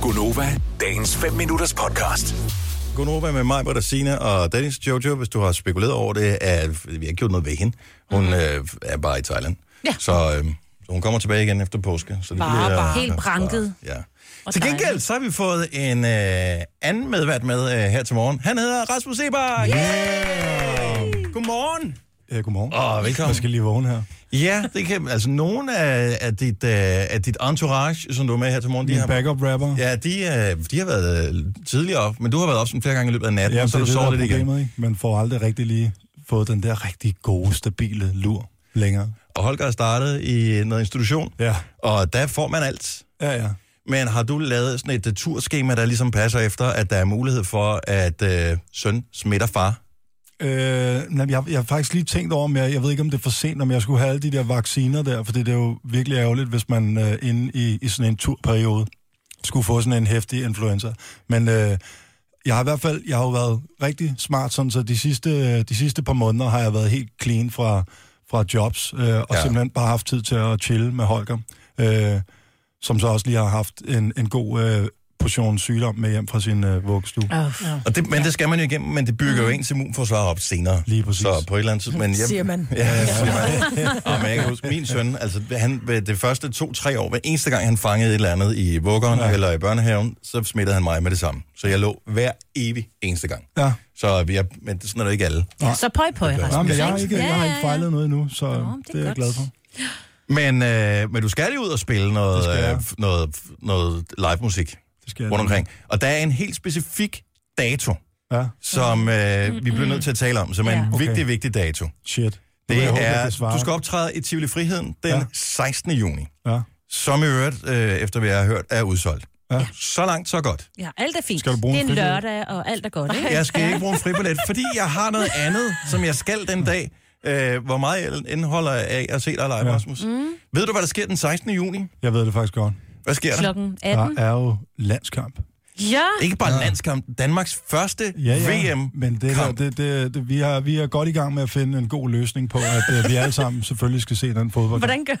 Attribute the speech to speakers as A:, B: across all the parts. A: Gunova, dagens 5 minutters podcast.
B: Gunova med mig, Britta Sina og Dennis Jojo, hvis du har spekuleret over det, er, vi har ikke gjort noget ved hende. Hun mm. øh, er bare i Thailand.
C: Mhm. Ja.
B: Så øh, så hun kommer tilbage igen efter påske. Så det
C: Bare,
B: bliver,
C: bare. Helt branket.
B: Ja.
C: Og
B: Til gengæld,
C: dejligt.
B: så har vi fået en øh, anden medvært med øh, her til morgen. Han hedder Rasmus Eber. Yeah! Godmorgen.
D: Ja, godmorgen.
B: Og velkommen.
D: Jeg skal lige vågne her.
B: Ja, det kan, altså nogen af, af, dit, øh, af dit entourage, som du er med her til morgen, de
D: Min
B: har,
D: backup rapper.
B: ja, de, øh, de har været øh, tidligere op, men du har været op sådan flere gange i løbet af natten,
D: ja
B: ja, så du
D: det er det, der
B: sover
D: er
B: lidt igen.
D: problemet, ikke? Man får aldrig rigtig lige fået den der rigtig gode, stabile lur længere.
B: Og Holger er startet i noget institution,
D: Ja,
B: og der får man alt.
D: ja, ja.
B: Men har du lavet sådan et øh, turskema, der ligesom passer efter, at der er mulighed for, at øh, søn smitter far?
D: Øh, nej, jeg, jeg har faktisk lige tænkt over, om jeg, jeg ved ikke, om det er for sent, om jeg skulle have alle de der vacciner der, for det er jo virkelig ærgerligt, hvis man øh, inde i, i sådan en turperiode skulle få sådan en hæftig influenza. Men øh, jeg har i hvert fald, jeg har jo været rigtig smart, sådan, så de sidste, øh, de sidste par måneder har jeg været helt clean fra, fra jobs, øh, og
B: Ja.
D: ja. simpelthen bare haft tid til at chille med Holger, øh, som så også lige har haft en, en god øh, portion sygdom med hjem fra sin øh, vuggestue.
C: Oh. Ja.
B: Og det, men det skal man jo igennem, men det bygger jo ens immunforsvar op senere.
D: Mm. Lige præcis.
B: Så på et eller andet tidspunkt... men jeg-
E: siger man.
B: Ja, siger man. Og men jeg kan huske, min søn, altså han, ved det første to-tre år, hver eneste gang han fangede et eller andet i vuggeren ja. eller i børnehaven, så smittede han mig med det samme. Så jeg lå hver evig eneste gang.
D: Ja.
B: Så vi er, men sådan er det ikke alle.
C: Så pøj pøj, Rasmus.
D: Nej, men jeg har
C: ikke?
D: ikke, jeg har ikke fejlet noget endnu, så
C: Nå,
D: Nå,
C: men det
D: det,
C: er
D: det er jeg
C: godt.
D: glad for.
B: Men, øh, men du skal jo ud og spille noget,
D: Det skal jeg.
B: øh, f- noget, f- noget live musik
D: Det skal jeg
B: rundt omkring. Og der er en helt specifik dato,
D: Ja,
B: som øh, vi bliver nødt til at tale om, som er en
C: Ja.
D: Mm. Okay.
B: vigtig, vigtig dato.
D: shit. Nu
B: Det
D: vil jeg håbe, jeg
B: er,
D: kan svare.
B: du skal optræde i Tivoli Friheden den
D: Ja.
B: 16. juni.
D: Ja.
B: som i øvrigt, øh, efter hvad jeg har hørt, er udsolgt.
D: Ja.
B: Så langt, så godt.
C: Ja, alt er fint.
D: Skal du bruge
C: det er
D: en
C: en
D: fridag?
C: lørdag, og alt er godt, ikke?
B: Jeg skal ikke bruge en fribillet, fordi jeg har noget andet, som jeg skal den dag. Øh, hvor meget jeg indeholder af at se dig live, ja.
D: Ja.
B: Rasmus. Mm. Ved du, hvad der sker den 16. juni?
D: Jeg ved det faktisk godt.
B: Hvad sker der?
C: Klokken 18.
D: Der er jo landskamp.
C: Ja,
B: Ikke bare ja. landskamp, Danmarks første
D: Ja, ja.
B: VM.
D: Men det, her,
B: kamp.
D: det, det, det, vi, har, vi er godt i gang med at finde en god løsning på, at uh, vi alle sammen selvfølgelig skal se den fodbold.
C: hvordan gør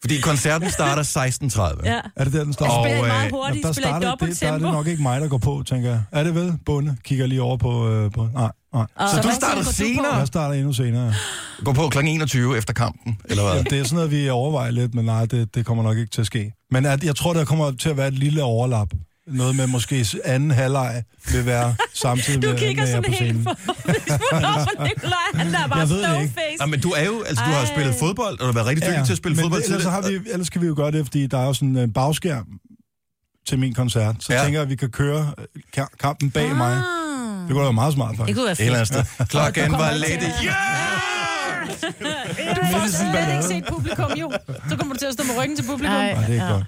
B: Fordi koncerten starter 16.30.
C: Ja.
D: Er det der, den står?
B: Og,
C: Spiller I
B: øh,
C: meget
D: Jamen,
C: hurtigt,
D: der,
C: spiller I
D: starter,
C: dobbelt
D: det, der er det
C: tempo.
D: nok ikke mig, der går på, tænker jeg. Er det vel? Bunde kigger lige over på... Øh, på nej, nej.
C: Og
B: Så du
C: hvad
B: starter
C: tænker på?
B: senere?
D: Jeg starter endnu senere.
B: Gå på kl. 21 efter kampen, eller hvad?
D: Jamen, det er sådan noget, vi overvejer lidt, men nej, det, det kommer nok ikke til at ske. Men at, jeg tror, der kommer til at være et lille overlap. Noget med måske s- anden halvleg vil være samtidig
C: Du
D: med,
C: kigger
D: med jer
C: sådan
D: på
C: helt
D: scenen.
C: forhåbningsfuldt over for Nikolaj. Han der er bare
D: Jeg ved det ikke.
C: stoneface.
B: Ja, men du er jo, altså du har
C: Ej.
B: spillet fodbold, og du har været rigtig dygtig til at spille
D: men
B: fodbold
D: det- ellers, så
B: tidligere.
D: har vi, ellers kan vi jo gøre det, fordi der er jo sådan en øh, bagskærm til min koncert. Så
B: Ja.
D: ja. tænker jeg, at vi kan køre øh, ka- kampen bag ah. mig. Det kunne være meget smart,
C: Det
D: faktisk.
C: kunne være
B: Et eller
C: fedt.
B: andet sted. Klokken
C: kommer
B: var
C: til
B: lette.
C: at-
B: Yeah!
E: Du får slet ikke set publikum, jo. Så kommer du til at stå med ryggen til publikum.
C: Nej.
E: Nej.
D: Nej, det er ikke
C: Ja.
D: godt.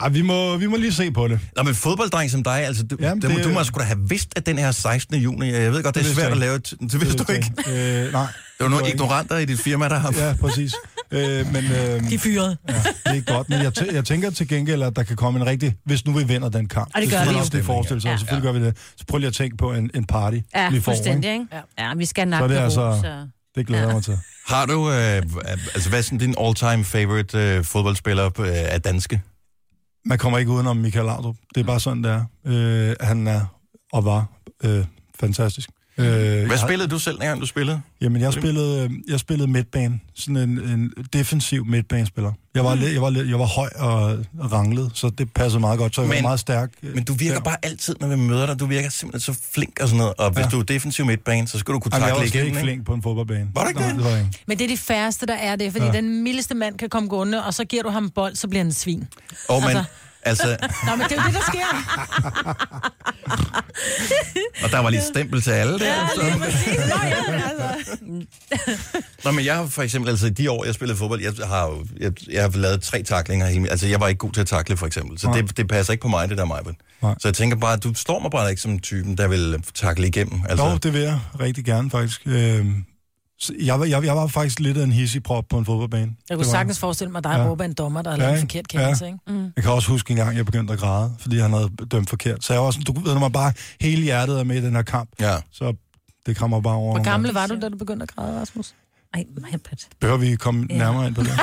D: Ej, vi må, vi må lige se på det.
B: Nå, men fodbolddreng som dig, altså, du, Jamen,
D: Jamen,
B: det,
D: det-
B: du må sgu da have vidst, at den her 16. juni, øh, jeg ved godt, det,
D: Det
B: er
D: vidste
B: svært
D: jeg
B: at
D: ikke.
B: lave, et- det vidste du ikke.
D: Øh, nej.
B: Det var nogle
D: ikke.
B: ignoranter i dit firma, der har... Ja.
D: Ja, præcis. Øh, men, øh,
E: De er fyret.
D: Ja, det er ikke godt, men jeg, tæ- jeg tænker til gengæld, at der kan komme en rigtig... Hvis nu vi vinder den kamp.
C: Og det gør
D: skal
C: vi
D: man
C: jo.
D: også lige forestille sig,
C: Ja.
D: ja. selvfølgelig gør vi det. Så prøv lige at tænke på en, en party,
C: Ja,
D: vi får.
C: fuldstændig,
D: Ikke?
C: ikke? Ja, vi skal
D: Så
C: nakke
D: er det
C: det
D: altså-
C: ro, så...
D: Det glæder jeg mig til.
B: Har du... Øh, altså, hvad er sådan din all-time favorite øh, fodboldspiller øh, af danske?
D: Man kommer ikke udenom Michael Laudrup. Det er bare sådan, det er. Øh, han er og var øh, fantastisk. Øh,
B: Hvad
D: jeg-
B: spillede du selv, dengang du spillede?
D: Jamen, jeg spillede, øh, jeg spillede midtbane. Sådan en, en defensiv midtbanespiller. Jeg var, mm. jeg, var, lidt- jeg var høj og ranglet, så det passede meget godt. Så jeg
B: Men-
D: var meget stærk. øh,
B: Men du virker
D: der.
B: bare altid, når vi møder dig, du virker simpelthen så flink og sådan noget. Og hvis
D: Ja.
B: du er defensiv midtbane, så skal du kunne
D: Jamen, Altså, jeg
B: takle
D: var slet
B: igennem,
D: ikke flink på en fodboldbane.
B: Var du ikke
D: Nej,
B: det?
D: det? Var jeg ikke.
E: Men det er de færreste, der er det, fordi ja. den mildeste mand kan komme gående, og så giver du ham en bold, så bliver han en svin.
B: Og man, altså,
E: Nå, men det er jo det, der sker.
B: og der var lige stempel til alle der.
E: Ja, lige præcis. Nå, ja, men altså.
B: Nå, men jeg har for eksempel, altså i de år, jeg spillede fodbold, jeg har jo, jeg, jeg har lavet tre taklinger hele mit- Altså, jeg var ikke god til at takle, for eksempel. Så
D: Nej.
B: det, det passer ikke på mig, det der, Majbel.
D: Nej.
B: Så jeg tænker bare, du står mig bare ikke som typen, der vil takle igennem. Altså,
D: Altså... Jo, det vil jeg rigtig gerne, faktisk. Øhm, så jeg, var- jeg, jeg var faktisk lidt af en hissigprop på en fodboldbane.
E: Jeg
D: Det
E: kunne
D: var
E: sagtens forestille mig dig
D: Ja.
E: råbe af en dommer, der har lavet
D: Ja,
E: en
D: ikke?
E: forkert kendelse, ikke? Mm.
D: Jeg kan også huske en gang, jeg begyndte at græde, fordi han havde dømt forkert. Så jeg var sådan, du ved, når man bare hele hjertet er med i den her kamp,
B: Ja.
D: så det kommer bare over.
E: Hvor
D: mig.
E: gammel var du, da du begyndte at græde, Rasmus?
C: Ej, Majbert.
D: Behøver vi komme ja. nærmere ind på det?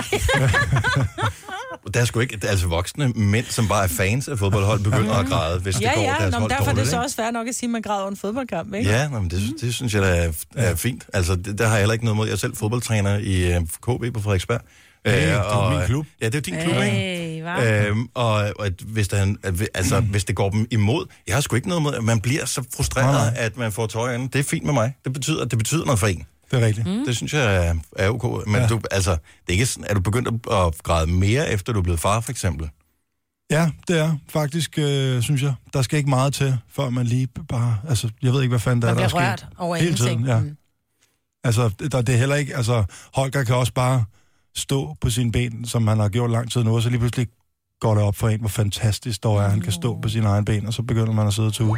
B: Der er sgu ikke, altså voksne mænd, som bare er fans af fodboldhold, begynder at græde, hvis det
E: Ja,
B: går
E: ja,
B: deres
E: Nå, men
B: hold
E: derfor er
B: dårligt.
E: det så
B: ikke?
E: også fair nok at sige, at man græder over en fodboldkamp, ikke? Mm.
B: Ja, nå, men det, det synes jeg da er, er fint. Altså, det, der har jeg heller ikke noget mod. Jeg er selv fodboldtræner i øh, KB på Frederiksberg. Øh,
D: det er min
B: øh,
D: klub. Øh,
B: Ja, det er din klub, ikke?
C: Ej, hva?
B: Øhm, og, og at hvis, der, er en- at, vi- altså, hvis det går dem imod, jeg har sgu ikke noget med, at man bliver så frustreret,
D: Nej,
B: at man får tøj Det er fint med mig. Det betyder, det betyder noget for en.
D: Det er rigtigt. Mm.
B: Det synes jeg er, er okay. Men ja. du, altså, det er ikke sådan, er du begyndt at, at græde mere, efter du er blevet far, for eksempel?
D: Ja, det er faktisk, øh, synes jeg. Der skal ikke meget til, før man lige bare... Altså, jeg ved ikke, hvad fanden der
E: Man
D: er, der er
E: bliver
D: sket.
E: rørt over
D: Hele tiden,
E: ingenting.
D: ja.
E: Mm.
D: Altså, der, det er heller ikke... Altså, Holger kan også bare stå på sine ben, som han har gjort lang tid nu, og så lige pludselig går det op for en, hvor fantastisk dog er, han kan stå på sine egne ben, og så begynder man at sidde og tuge.